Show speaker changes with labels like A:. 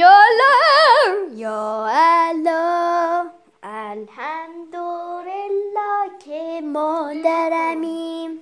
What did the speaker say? A: YOLO YOLO الحمد لله که ما درمی